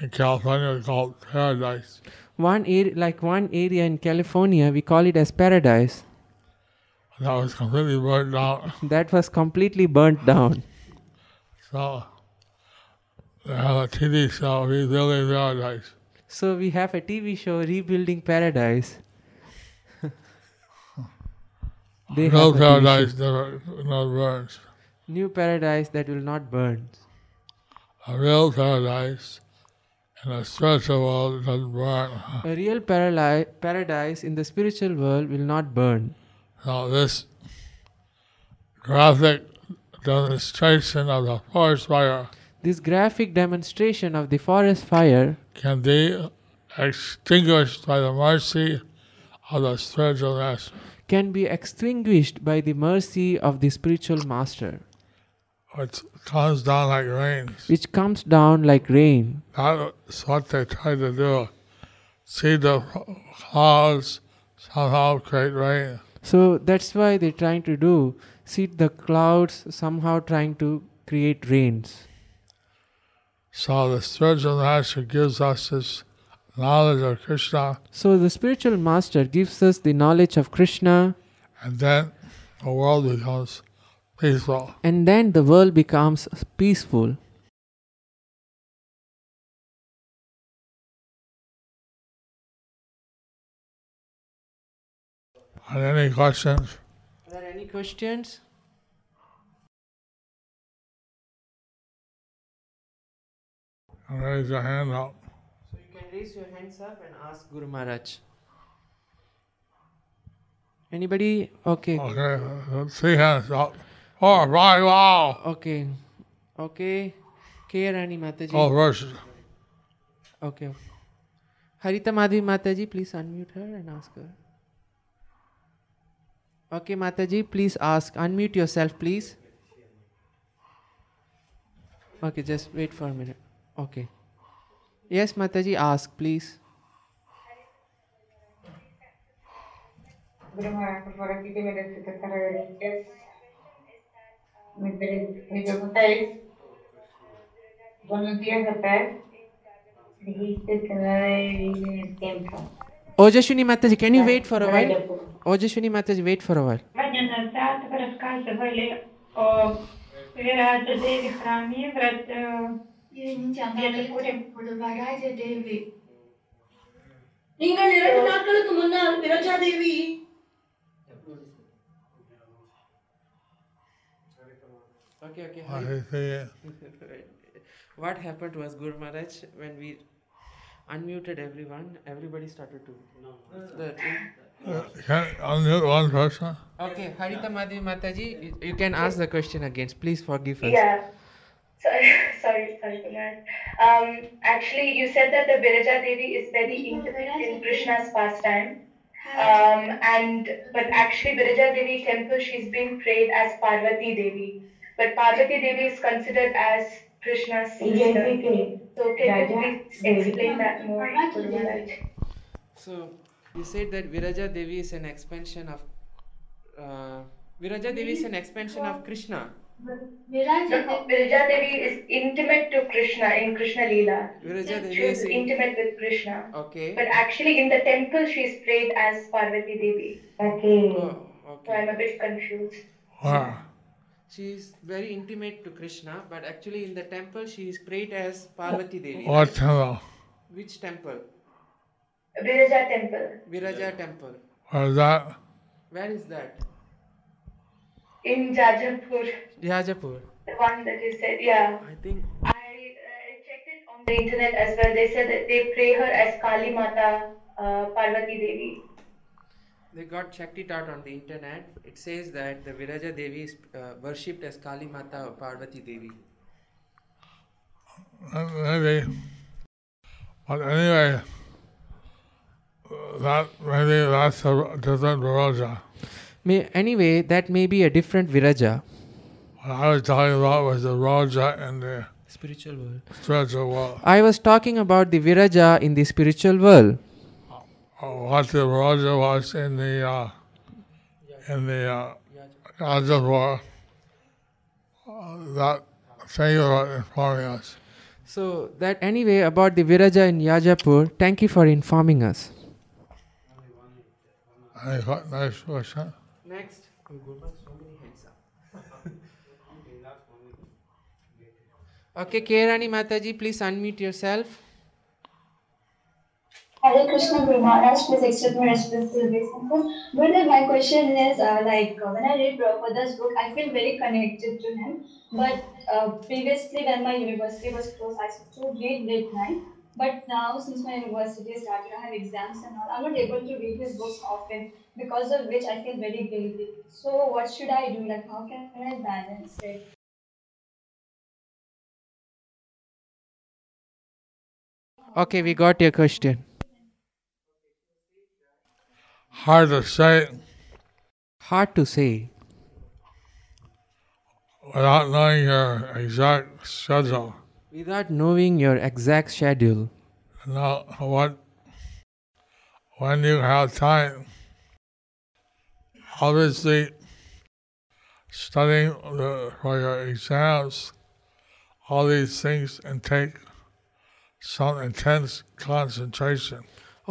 Speaker 2: in California is called Paradise.
Speaker 3: One area, like one area in California, we call it as paradise.
Speaker 2: That was completely burned out.
Speaker 3: That was completely burnt down.
Speaker 2: So they have a TV show, Rebuilding Paradise.
Speaker 3: So we have a TV show, Rebuilding Paradise. they
Speaker 2: No
Speaker 3: have a TV show.
Speaker 2: paradise, never, no burns.
Speaker 3: new paradise that will not burn.
Speaker 2: A real paradise in a spiritual world doesn't burn.
Speaker 3: A real parali- paradise in the spiritual world will not burn.
Speaker 2: So this graphic demonstration of the forest fire
Speaker 3: This graphic demonstration of the forest fire
Speaker 2: can be extinguished by the mercy of the spiritual master.
Speaker 3: can be extinguished by the mercy of the spiritual master,
Speaker 2: It comes down like rain.
Speaker 3: which comes down like rain.
Speaker 2: That's what they try to do. See the clouds somehow create rain.
Speaker 3: So that's why they're trying to do seed the clouds, somehow trying to create rains.
Speaker 2: So the spiritual master gives us this knowledge of Krishna,
Speaker 3: So the spiritual master gives us the knowledge of Krishna,
Speaker 2: and then the world becomes peaceful.
Speaker 3: and then the world becomes peaceful.
Speaker 2: Are there any questions?
Speaker 3: Are there any questions?
Speaker 2: Raise your hand up.
Speaker 3: So you can raise your hands up and ask Guru Maharaj. Anybody? Okay.
Speaker 2: Okay, three hands up. Four, five, wow.
Speaker 3: Okay. Okay. K. Rani Mataji.
Speaker 2: Oh, verses.
Speaker 3: Okay. Harita Madhavi Mataji, please unmute her and ask her. Okay, Mataji, please ask. Unmute yourself, please. Okay, just wait for a minute. Okay. Yes, Mataji, ask, please.
Speaker 4: Gurumara, por favor, aquí te merece que te reverencias. Mi, pre- mi pregunta es, buenos días atrás dijiste que no debe vivir en el tiempo.
Speaker 3: Ojashwini Mataji, can you wait for a
Speaker 4: Dale,
Speaker 3: while?
Speaker 4: pues.
Speaker 3: Ojashwini Mataji, wait for a while.
Speaker 4: Mañana завтра рассказывали о Вирададеве храме, врат, э,
Speaker 5: வரராஜ தேவி நீங்கள் இரண்டு நாட்களுக்கு முன்னால் Viraja Devi
Speaker 3: Okay, okay.
Speaker 2: I see.
Speaker 3: What happened was Guru Maharaj, when we unmuted everyone, everybody started to. The-
Speaker 2: Can unmute one person?
Speaker 3: Okay, Harita Madhavi Mataji, you, you can ask the question again. Please forgive us.
Speaker 6: Yeah. Sorry, sorry, sorry, Kumar. Um, actually, you said that the Viraja Devi is very interested in Krishna's pastime. Um, and but actually, Viraja Devi temple, she's being prayed as Parvati Devi, but Parvati Devi is considered as Krishna's sister. So can you please explain that more? Guru Maharaj?
Speaker 3: So, you said that Viraja Devi is an expansion of. Uh, Viraja Devi is an expansion of Krishna.
Speaker 5: Viraja
Speaker 6: No, no, Viraja Devi is intimate to Krishna in Krishna Leela.
Speaker 3: Viraja
Speaker 6: She
Speaker 3: Devi
Speaker 6: is
Speaker 3: is. In,
Speaker 6: intimate with Krishna. But
Speaker 3: okay.
Speaker 6: actually, in the temple, she's prayed as Parvati Devi.
Speaker 3: Oh,
Speaker 6: So I'm
Speaker 3: okay.
Speaker 6: a bit confused.
Speaker 2: Where?
Speaker 3: She is very intimate to Krishna, but actually in the temple she is prayed as Parvati Devi.
Speaker 2: What temple?
Speaker 3: Which temple?
Speaker 6: Viraja temple
Speaker 3: Viraja temple.
Speaker 2: What is that?
Speaker 3: Where is that?
Speaker 6: in Jajampur,
Speaker 3: Jajapur.
Speaker 6: the one that you said, yeah.
Speaker 3: I think
Speaker 6: I uh, checked it on the internet as well. They said that they pray her as Kali Mata uh, Parvati Devi.
Speaker 3: they got checked it out on the internet. It says that the Viraja Devi is uh, worshipped as Kali Mata or Parvati Devi.
Speaker 2: Uh, Maybe. But anyway, that maybe that's a different religion.
Speaker 3: May, anyway, that may be a different Viraja.
Speaker 2: What I was talking about was the Raja and the
Speaker 3: Spiritual world.
Speaker 2: spiritual world.
Speaker 3: I was talking about the Viraja in the spiritual world.
Speaker 2: Oh, What the Raja was in the uh, in the uh, Raja world. Uh, that thing was informing us.
Speaker 3: So that anyway about the Viraja in Yajapur. Thank you for informing us.
Speaker 2: Any que- next question?
Speaker 3: Next, Okay, Kerani Mataji, please unmute yourself.
Speaker 5: Hare Krishna Guru Maharaj, please accept my responsible service. Gurudev, my question is uh, like uh, when I read Prabhupada's book, I feel very connected to him. But uh, previously, when my university was closed, I used to read late night. But now, since my university started, I have exams and all, I'm not able to read his books often because of which I feel very guilty. So, what should I do? Like, how can I balance it?
Speaker 3: Okay, we got your question.
Speaker 2: Hard to say
Speaker 3: Hard to say.
Speaker 2: without knowing your exact schedule.
Speaker 3: Without knowing your exact schedule,
Speaker 2: Now, what, when you have time, obviously studying the, for your exams, all these things, and take some intense concentration.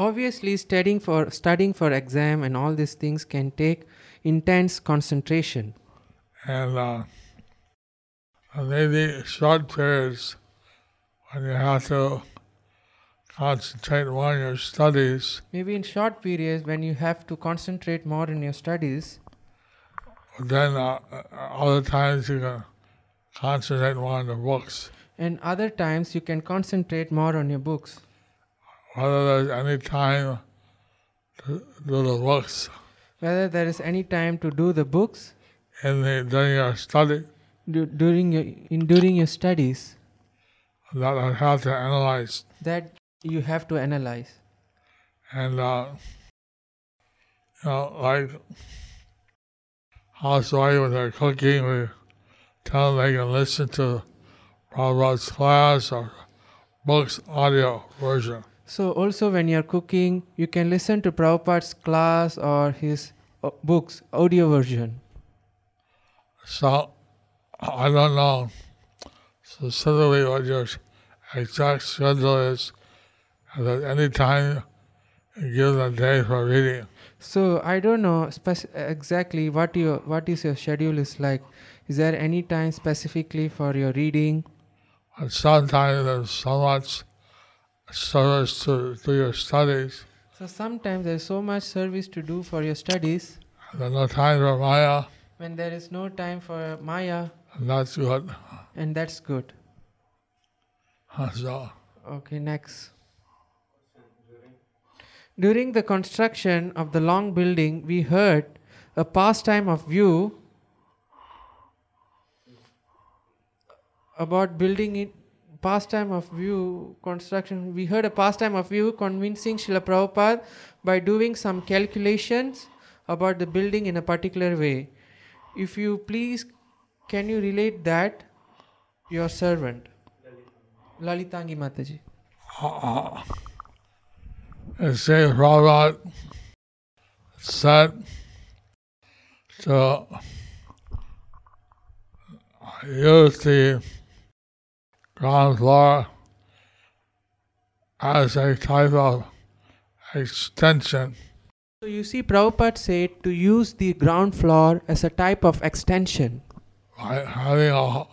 Speaker 3: obviously studying for studying for exam and all these things can take intense concentration.
Speaker 2: And, uh, and maybe short periods when you have to concentrate more on your studies,
Speaker 3: Maybe in short periods when you have to concentrate more in your studies,
Speaker 2: then uh, other times you can concentrate more on the books.
Speaker 3: and other times you can concentrate more on your books.
Speaker 2: whether there's any time to do the works
Speaker 3: Whether there is any time to do the books
Speaker 2: in the, during your study
Speaker 3: du- during your in during your studies
Speaker 2: that I have to analyze.
Speaker 3: that you have to analyze.
Speaker 2: And, uh, you know, like housewife when they're cooking, we tell them they can listen to Prabhupada's class or books audio version.
Speaker 3: So also when you're cooking, you can listen to Prabhupada's class or his uh, books audio version.
Speaker 2: So I don't know specifically what your exact schedule is. And at any time, you give the day for reading.
Speaker 3: So I don't know spec- exactly what your what is your schedule is like. Is there any time specifically for your reading?
Speaker 2: And sometimes there's so much service to, to your studies.
Speaker 3: So sometimes there's so much service to do for your studies
Speaker 2: And there's no time for Maya,
Speaker 3: when there is no time for Maya,
Speaker 2: and that's good.
Speaker 3: and that's good.
Speaker 2: So,
Speaker 3: Okay, next. During the construction of the long building, we heard a pastime of you about building it. Pastime of view construction. We heard a pastime of you convincing Srila Prabhupada by doing some calculations about the building in a particular way. If you please, can you relate that your servant? Lalitangi Mataji.
Speaker 2: it says Prabhupada said to use the ground floor as a type of extension
Speaker 3: So you see, Prabhupada said to use the ground floor as a type of extension
Speaker 2: like having a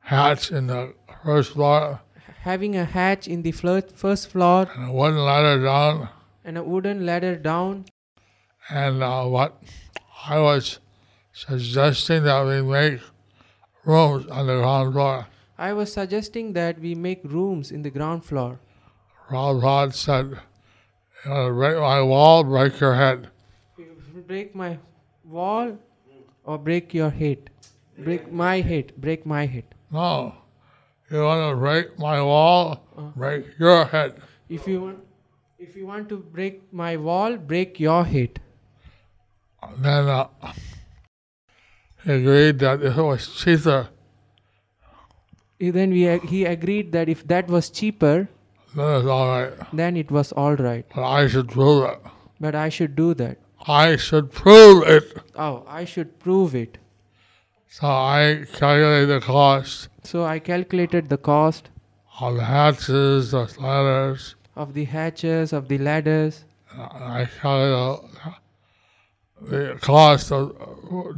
Speaker 2: hatch in the first floor
Speaker 3: having a hatch in the flo- first floor
Speaker 2: and a wooden ladder down.
Speaker 3: and a wooden ladder down.
Speaker 2: And uh, what I was suggesting that we make rooms on the ground floor.
Speaker 3: I was suggesting that we make rooms in the ground floor.
Speaker 2: Prabhupada said, "You wanna break my wall, break your head.
Speaker 3: Break my wall or break your head. Break my head. Break my head.
Speaker 2: No, you want to break my wall, break your head.
Speaker 3: If you want, if you want to break my wall, break your head.
Speaker 2: Then uh, he agreed that if it was cheaper
Speaker 3: Eh, Then we ag- he agreed that if that was cheaper,
Speaker 2: then it's all right.
Speaker 3: then it was all right.
Speaker 2: But I should prove it.
Speaker 3: But I should do that.
Speaker 2: I should prove it.
Speaker 3: Oh, I should prove it.
Speaker 2: So I calculated the cost
Speaker 3: So I calculated the cost
Speaker 2: of the hatches, the ladders,
Speaker 3: of the hatches of the ladders.
Speaker 2: and I calculated the cost of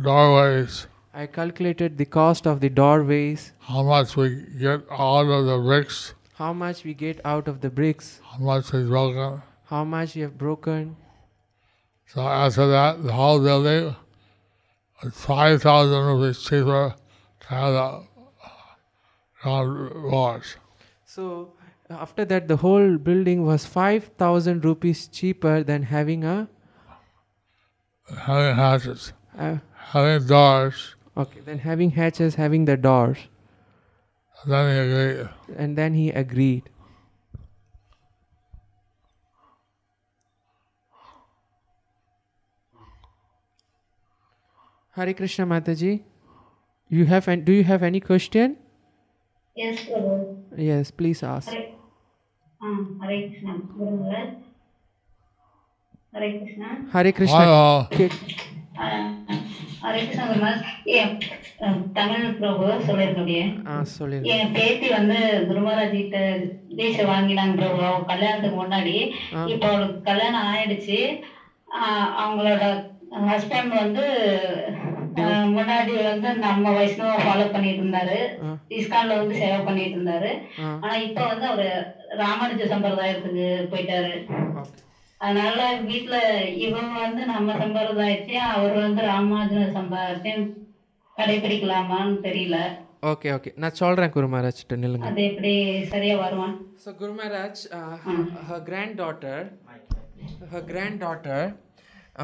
Speaker 2: doorways.
Speaker 3: I calculated the cost of the doorways,
Speaker 2: how much we get out of the bricks,
Speaker 3: how much we get out of the bricks,
Speaker 2: how much is broken.
Speaker 3: how much we have broken.
Speaker 2: So after that, the whole building was 5,000 rupees cheaper to have the uh, ground floors.
Speaker 3: So after that, the whole building was 5,000 rupees cheaper than having a.
Speaker 2: Having hatches,
Speaker 3: Uh,
Speaker 2: having doors,
Speaker 3: okay, then having hatches, having the doors.
Speaker 2: then he agreed.
Speaker 3: And then he agreed. Hare Krishna Mataji, you have an, do you have any question?
Speaker 4: Yes, Guru.
Speaker 3: Yes, please ask.
Speaker 4: Hare, um, Hare Krishna, Guru Maharaj. Hare Krishna.
Speaker 3: Hare
Speaker 2: Why
Speaker 3: Krishna.
Speaker 2: all
Speaker 3: Ki-
Speaker 4: Uh, Hare Krishna, Guru Maharaj. ஏன் um, Tamil Prabhu சொல்லியிருக்கக்கூடிய
Speaker 3: ஆ சொல்லிடு
Speaker 4: என் பேத்தி வந்து குருமராஜ் கிட்ட தீட்சை வாங்கினாங்க பிரபு அவங்க கல்யாணத்துக்கு முன்னாடி இப்போ அவளுக்கு கல்யாணம் ஆயிடுச்சு ஆஹ் அவங்களோட ஹஸ்பண்ட் வந்து ஆஹ், முன்னாடி வந்து நம்ம வைஷ்ணவ ஃபாலோ பண்ணிட்டு இருந்தாரு இஸ்கான்ல வந்து சேவை பண்ணிட்டு இருந்தாரு ஆனா இப்போ வந்து அவரு ராமானுஜ சம்பிரதாயத்துக்கு போயிட்டாரு அதனால வீட்ல இவங்க வந்து நம்ம சம்பிரதாயத்தையும் அவர் வந்து ராமானுஜ சம்பிரதாயத்தையும் கடைபிடிக்கலாமான்னு தெரியல
Speaker 3: ஓகே ஓகே நான் சொல்கிறேன் குரு மகாராஜ்கிட்ட நில்லுங்க
Speaker 4: அது எப்படி சரியா வருவான்
Speaker 3: So Guru Maharaj, uh, her granddaughter, her granddaughter,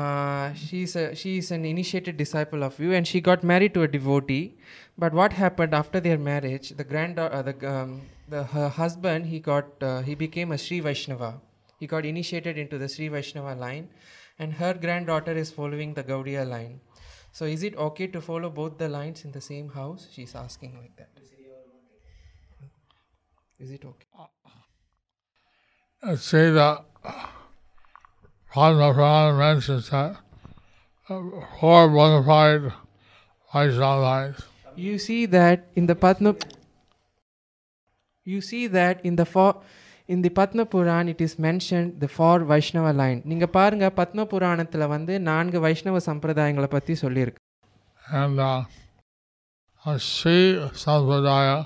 Speaker 3: uh, she's a, she's an initiated disciple of you, and she got married to a devotee. But what happened after their marriage? The grand, uh, the, um, the her husband, he got uh, he became a Sri Vaishnava. He got initiated into the Sri Vaishnava line, and her granddaughter is following the Gaudiya line. So is it okay to follow both the lines in the same house? She's asking like that. Is it okay?
Speaker 2: I uh, see uh, that Padma Purana mentions that uh, four bona fide Vaishnava lines.
Speaker 3: you see that in the Padma you see that in the four in the Padma Puran it is mentioned the four Vaishnava line நீங்க பாருங்க பத்ம புராணத்துல வந்து நான்கு வைஷ்ணவ சம்பிரதாயங்களை பத்தி சொல்லியிருக்கு
Speaker 2: and uh, a Sri Sampradaya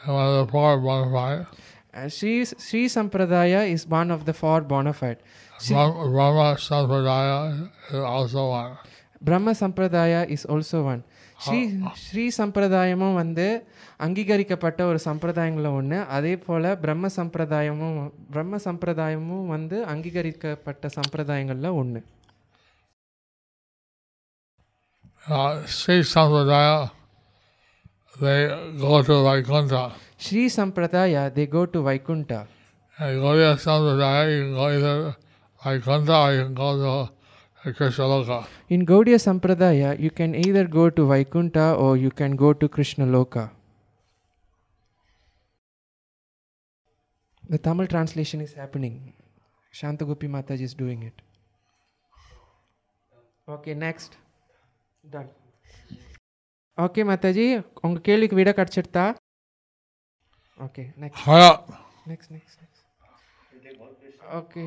Speaker 2: and one of the four bonafide.
Speaker 3: Uh, Sri Sri Sampradaya is one of the four bona fide
Speaker 2: Brahma, Brahma Sampradaya is also one.
Speaker 3: Brahma Sampradaya is also one Sri Sri சம்பிரதாயமும் வந்து அங்கீகரிக்கப்பட்ட ஒரு சம்பிரதாயங்களில் ஒன்று அதே போல் பிரம்ம சம்பிரதாயமும் பிரம்ம சம்பிரதாயமும் வந்து அங்கீகரிக்கப்பட்ட சம்பிரதாயங்களில் ஒன்று
Speaker 2: Uh, Sri Sampradaya, they go to Vaikuntha.
Speaker 3: Sri Sampradaya, they go to Vaikunta.
Speaker 2: And Gaudiya Sampradaya, you can go either Vaikuntha or you can go to Krishaloka.
Speaker 3: In Gaudiya Sampradaya, you can either go to Vaikunta or you can go to Krishnaloka. The Tamil translation is happening. Shantagopi Mataji is doing it. Okay, next. Done. Okay, Mataji, உங்க கேள்விக்கு விட கிடச்சிருத்தா Okay, next.
Speaker 2: Hurry
Speaker 3: Next, next, next. Okay.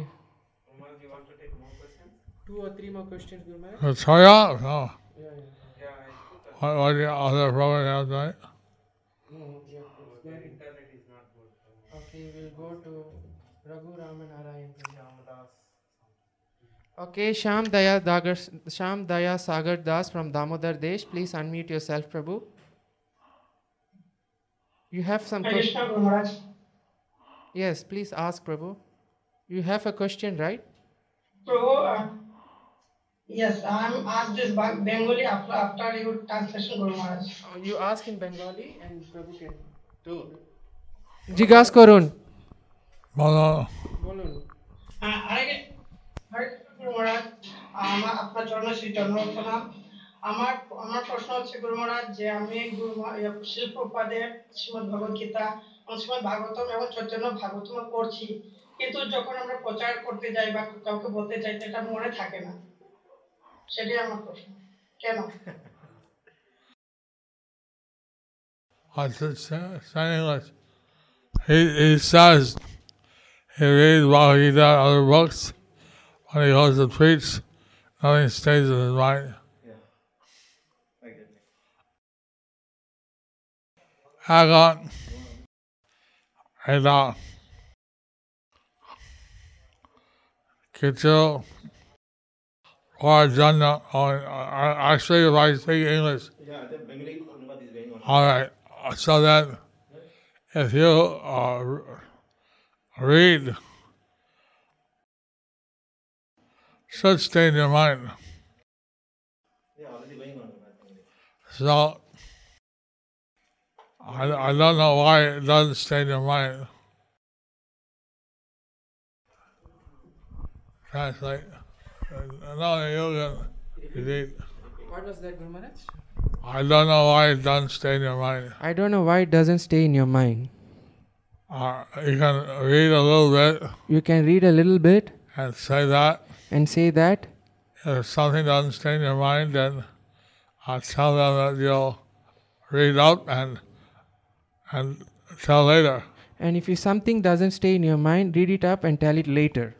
Speaker 3: Two or three more questions, Guru Maharaj?
Speaker 2: Let's hurry up. No. What, what the other program right?
Speaker 3: Okay, we'll go to Raghu Raman Narayan. Okay, Sham Daya, Dagar, Sham Daya Sagar Das from Damodar Desh. Please unmute yourself, Prabhu. You have some question.
Speaker 4: Krishna Guru Maharaj.
Speaker 3: Yes, please ask, Prabhu. You have a question, right?
Speaker 4: Prabhu, uh, yes, I'm asked this Ba- Bengali after, after your translation, Guru Maharaj.
Speaker 3: You ask in Bengali and Prabhu can do. Jigas Korun.
Speaker 2: Bolo,
Speaker 3: Bolun.
Speaker 4: হ্যাঁ, আরেকে, আরেকে গুরু মহারাজ, আমার আপনার জন্য শ্রী চন্দ্রপ্রভা আমার আমার প্রশ্ন হচ্ছে গুরু মহারাজ যে আমি গুরু মহা- ইয়ে, শিল্পপাদের শ্রীমদ ভগবত গীতা এবং শ্রীমদ ভাগবতম এবং চৈতন্য ভাগবতম পড়ছি কিন্তু যখন আমরা প্রচার করতে যাই বা কাউকে বলতে চাই সেটা মনে থাকে না সেটাই আমার প্রশ্ন কেন
Speaker 2: I said, say say English. He, he says he reads while he does other books, when he goes to preach, nothing stays in his mind. Agon, Ada, Kitchell, or Jana, or actually, if I speak English, all right. So that if you uh, re- read should stay in your mind. So I, I don't know why it doesn't stay in your mind. Translate. Uh, No, you can read.
Speaker 3: What was that, Guru Maharaj?
Speaker 2: I don't know why it doesn't stay in your mind.
Speaker 3: I don't know why it doesn't stay in your mind.
Speaker 2: Uh, you can read a little bit
Speaker 3: You can read a little bit
Speaker 2: and say that.
Speaker 3: and say that.
Speaker 2: If something doesn't stay in your mind, then I tell them that you'll read up and and tell later.
Speaker 3: And if you, something doesn't stay in your mind, read it up and tell it later.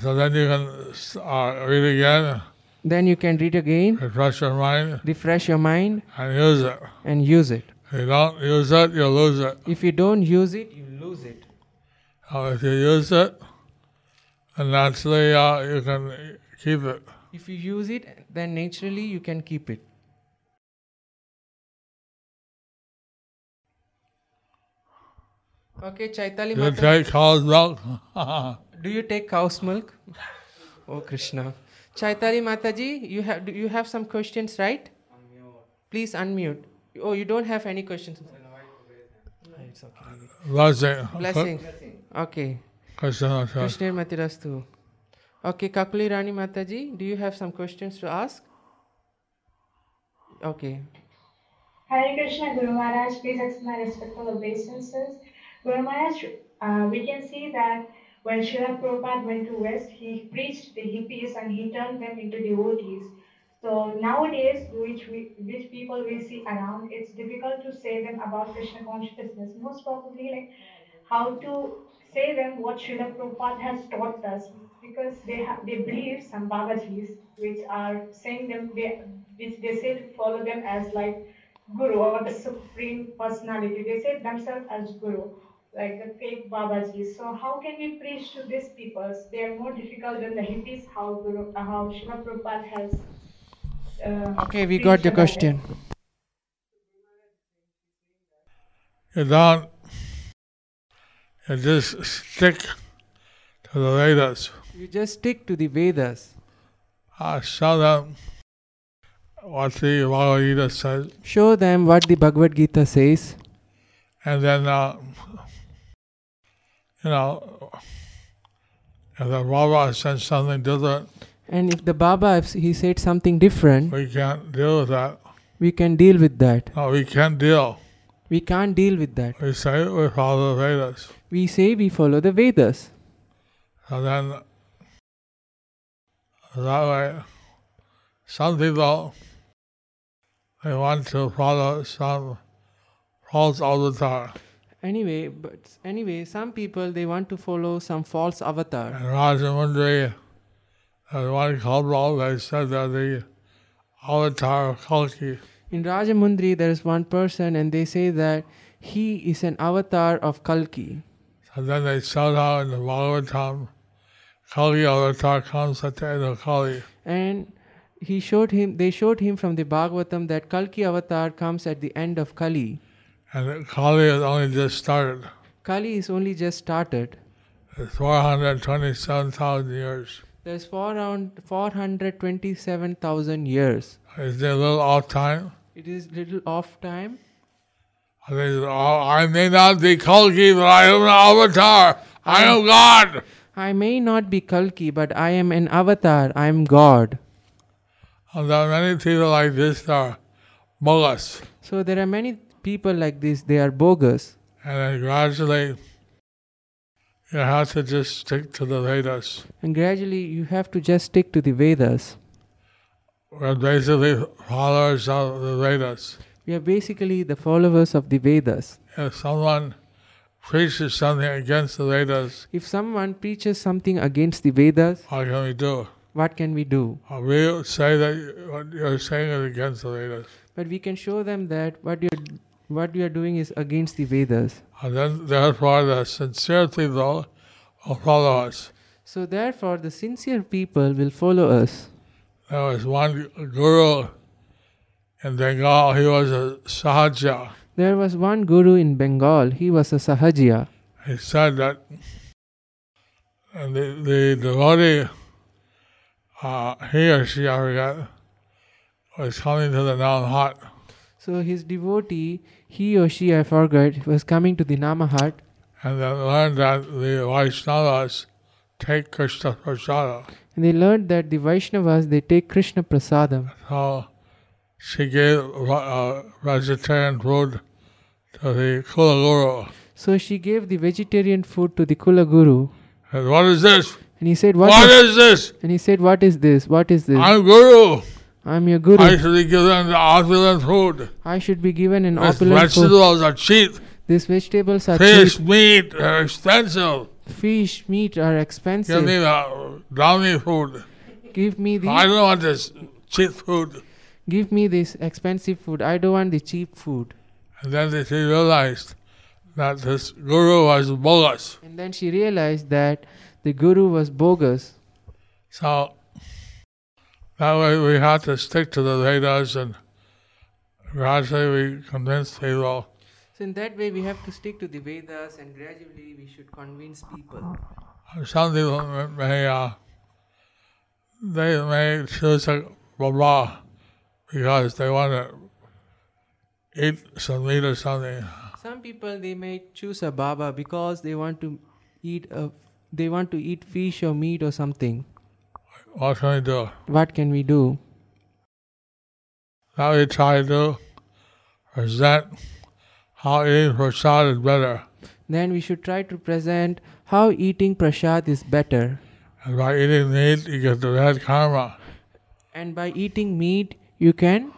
Speaker 2: So then you can uh, read again,
Speaker 3: Then you can read again,
Speaker 2: refresh your mind,
Speaker 3: refresh your mind,
Speaker 2: and use it.
Speaker 3: and use it.
Speaker 2: If you don't use it, you lose it.
Speaker 3: If you don't use it, you lose it.
Speaker 2: So if you use it, then naturally uh, you can keep it.
Speaker 3: If you use it, then naturally you can keep it. Okay, Chaitali
Speaker 2: You
Speaker 3: Mata,
Speaker 2: take cow's milk.
Speaker 3: do you take cow's milk? Oh Krishna. Chaitali Mataji, you have do you have some questions, right? Please unmute. Oh, you don't have any questions. It's okay.
Speaker 2: Blessing.
Speaker 3: Blessings. Okay.
Speaker 2: Krishna. says.
Speaker 3: Krishna Matirastu. Okay, Kakuli Rani Mataji, do you have some questions to ask? Okay.
Speaker 5: Hare Krishna Guru Maharaj, please accept my respectful obeisances. Guru Maharaj, uh, we can see that when Srila Prabhupada went to West, he preached the hippies and he turned them into devotees. So nowadays, which we, which people we see around, it's difficult to say them about Krishna consciousness. Most probably, like how to say them what Srila Prabhupada has taught us because they ha- they believe some Babaji's which are saying them they which they say to follow them as like guru or the supreme personality. They say themselves as guru, like the fake Babaji. So how can we preach to these people? They are more difficult than the hippies. How guru uh, how Srila Prabhupada has. Uh,
Speaker 3: Okay, we
Speaker 5: preached
Speaker 3: got the
Speaker 5: about it.
Speaker 3: question.
Speaker 2: You don't. You just stick to the Vedas.
Speaker 3: You just stick to the Vedas.
Speaker 2: I show them what the Bhagavad Gita says,
Speaker 3: Show them what the Bhagavad Gita says,
Speaker 2: and then, uh, you know, if the Baba says something different,
Speaker 3: and if the Baba if he said something different,
Speaker 2: we can't deal with that.
Speaker 3: we can deal with that.
Speaker 2: No, we can't deal.
Speaker 3: We can't deal with that.
Speaker 2: We say we follow the Vedas.
Speaker 3: We say we follow the Vedas.
Speaker 2: So then, that way, some people they want to follow some rules all the time.
Speaker 3: Anyway, but anyway, some people they want to follow some false avatar.
Speaker 2: And Rajamundry, there's one couple, they said that the avatar of Kalki,
Speaker 3: In Rajamundri, there is one person, and they say that he is an avatar of Kalki.
Speaker 2: So then they shout out in the Bhagavatam, Kali Avatar comes at the end of Kali.
Speaker 3: And he showed him. They showed him from the Bhagavatam that Kalki avatar comes at the end of Kali.
Speaker 2: And Kali is only just started.
Speaker 3: Kali is only just started.
Speaker 2: It's 427,000 years.
Speaker 3: There's four around 427,000 years.
Speaker 2: Is there a little off time?
Speaker 3: It is little off time.
Speaker 2: I think, it's all- I may not be Kalki, but I am an avatar. I am God.
Speaker 3: I may not be Kalki, but I am an avatar. I am God.
Speaker 2: And there are many people like this uh, that are mullahs.
Speaker 3: So there are many people like this. They are bogus.
Speaker 2: And then gradually, you have to just stick to the Vedas.
Speaker 3: And gradually, you have to just stick to the Vedas.
Speaker 2: We're basically followers of the Vedas.
Speaker 3: We are basically the followers of the Vedas.
Speaker 2: If someone preaches something against the Vedas,
Speaker 3: If someone preaches something against the Vedas,
Speaker 2: what can we do?
Speaker 3: what can we do?
Speaker 2: Uh, We say that what you're saying is against the Vedas.
Speaker 3: But we can show them that what you what we are doing is against the Vedas.
Speaker 2: And then, therefore, the sincere people will follow us.
Speaker 3: So therefore, the sincere people will follow us.
Speaker 2: There was one guru in Bengal, he was a Sahaja.
Speaker 3: There was one guru in Bengal. He was a Sahajiya.
Speaker 2: He said that and the, the devotee, uh, he or she, I forget, was coming to the Nam hut.
Speaker 3: So his devotee, he or she, I forgot, was coming to the Nama hut,
Speaker 2: and then learned that the Vaishnavas take Krishna prasada.
Speaker 3: and they learned that the Vaishnavas they take Krishna prasadam.
Speaker 2: So she gave uh, vegetarian food to the Kula Guru.
Speaker 3: So she gave the vegetarian food to the Kula Guru,
Speaker 2: And what is this?
Speaker 3: and he said,
Speaker 2: What
Speaker 3: is-"
Speaker 2: is this?
Speaker 3: And he said, "What is this? What is this?
Speaker 2: I'm Guru.
Speaker 3: I'm your guru.
Speaker 2: I should be given the opulent food.
Speaker 3: I should be given an
Speaker 2: These
Speaker 3: opulent food.
Speaker 2: vegetables are cheap.
Speaker 3: These vegetables are
Speaker 2: Fish,
Speaker 3: cheap.
Speaker 2: meat are expensive.
Speaker 3: Fish, meat are
Speaker 2: Give
Speaker 3: expensive.
Speaker 2: me the downy food.
Speaker 3: give me
Speaker 2: I
Speaker 3: the
Speaker 2: don't want this cheap food.
Speaker 3: give me this expensive food. I don't want the cheap food."
Speaker 2: And then they- she realized that this Guru was bogus.
Speaker 3: And then she realized that the guru was bogus.
Speaker 2: So that way we have to stick to the Vedas and gradually we convince people.
Speaker 3: So in that way, we have to stick to the Vedas, and gradually we should convince people.
Speaker 2: Some people m- may uh, they may choose a Baba because they want to eat some meat or something.
Speaker 3: Some people they may choose a Baba because they want to eat a they want to eat fish or meat or something.
Speaker 2: What can we do?
Speaker 3: What can we do?
Speaker 2: Now we try to present how eating prasad is better.
Speaker 3: Then we should try to present how eating prasad is better,
Speaker 2: And by eating meat, you get the bad karma.
Speaker 3: and by eating meat you can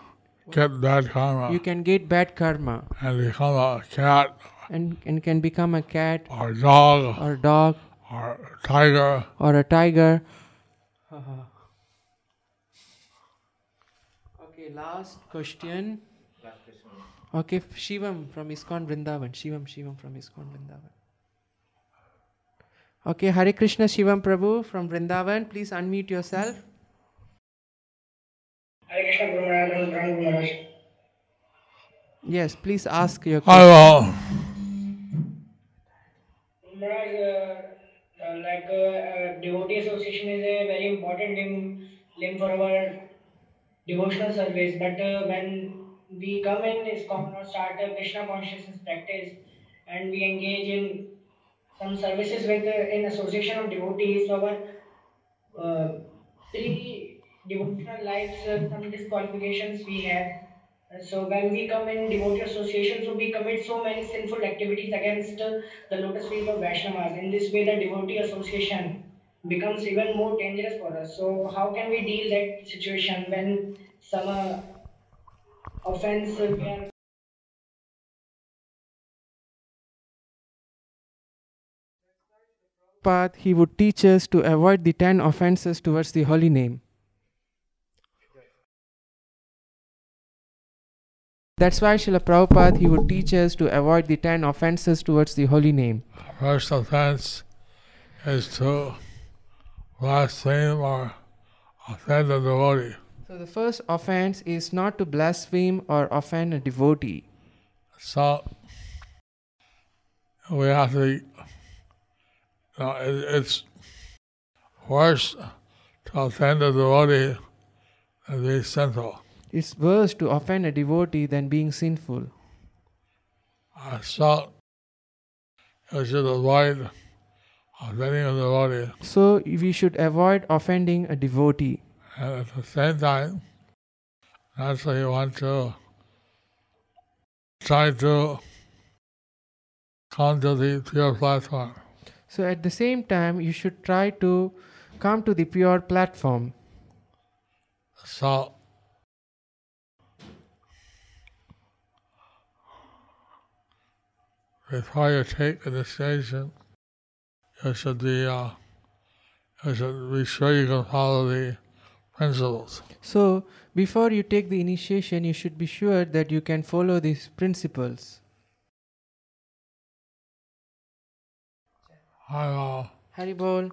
Speaker 2: Get bad karma.
Speaker 3: you can get bad karma
Speaker 2: and become a cat
Speaker 3: and and can become a cat
Speaker 2: or a dog
Speaker 3: or a dog
Speaker 2: or a tiger.
Speaker 3: or a tiger. okay, last question. Okay, f- Shivam from Iskon Vrindavan. Shivam, Shivam from Iskon Vrindavan. Okay, Hare Krishna Shivam Prabhu from Vrindavan. Please unmute yourself.
Speaker 5: Hare Krishna Guru Maharaj, Guru Maharaj.
Speaker 3: Yes, please ask your question.
Speaker 2: Hello.
Speaker 5: Maharaj, uh, uh, like uh, uh, devotee association is a very important limb, limb for our devotional service. But uh, when we come in ISKCON or start a Krishna consciousness practice and we engage in some services with uh, in association of devotees, so our uh, pre devotional lives, uh, some disqualifications we have. Uh, So when we come in devotee association, so we commit so many sinful activities against uh, the lotus feet of Vaishnavas. In this way, the devotee association becomes even more dangerous for us. So how can we deal that situation when some uh, offense uh, we are
Speaker 3: Path, he would teach us to avoid the 10 offenses towards the holy name. That's why Srila Prabhupada he would teach us to avoid the ten offenses towards the holy name.
Speaker 2: First offense is to blaspheme or offend the devotee.
Speaker 3: So the first offense is not to blaspheme or offend a devotee.
Speaker 2: So we have to, you know, it, it's worse to offend the devotee than be sinful.
Speaker 3: It's worse to offend a devotee than being sinful.
Speaker 2: Uh, so you should avoid offending the devotee.
Speaker 3: So we should avoid offending a devotee.
Speaker 2: And at the same time, that's why you want to try to come to the pure platform.
Speaker 3: So at the same time, you should try to come to the pure platform.
Speaker 2: So, before you take the decision, you should be, uh, you should be sure you can follow the principles.
Speaker 3: So before you take the initiation, you should be sure that you can follow these principles.
Speaker 2: I, uh,
Speaker 3: Haribol.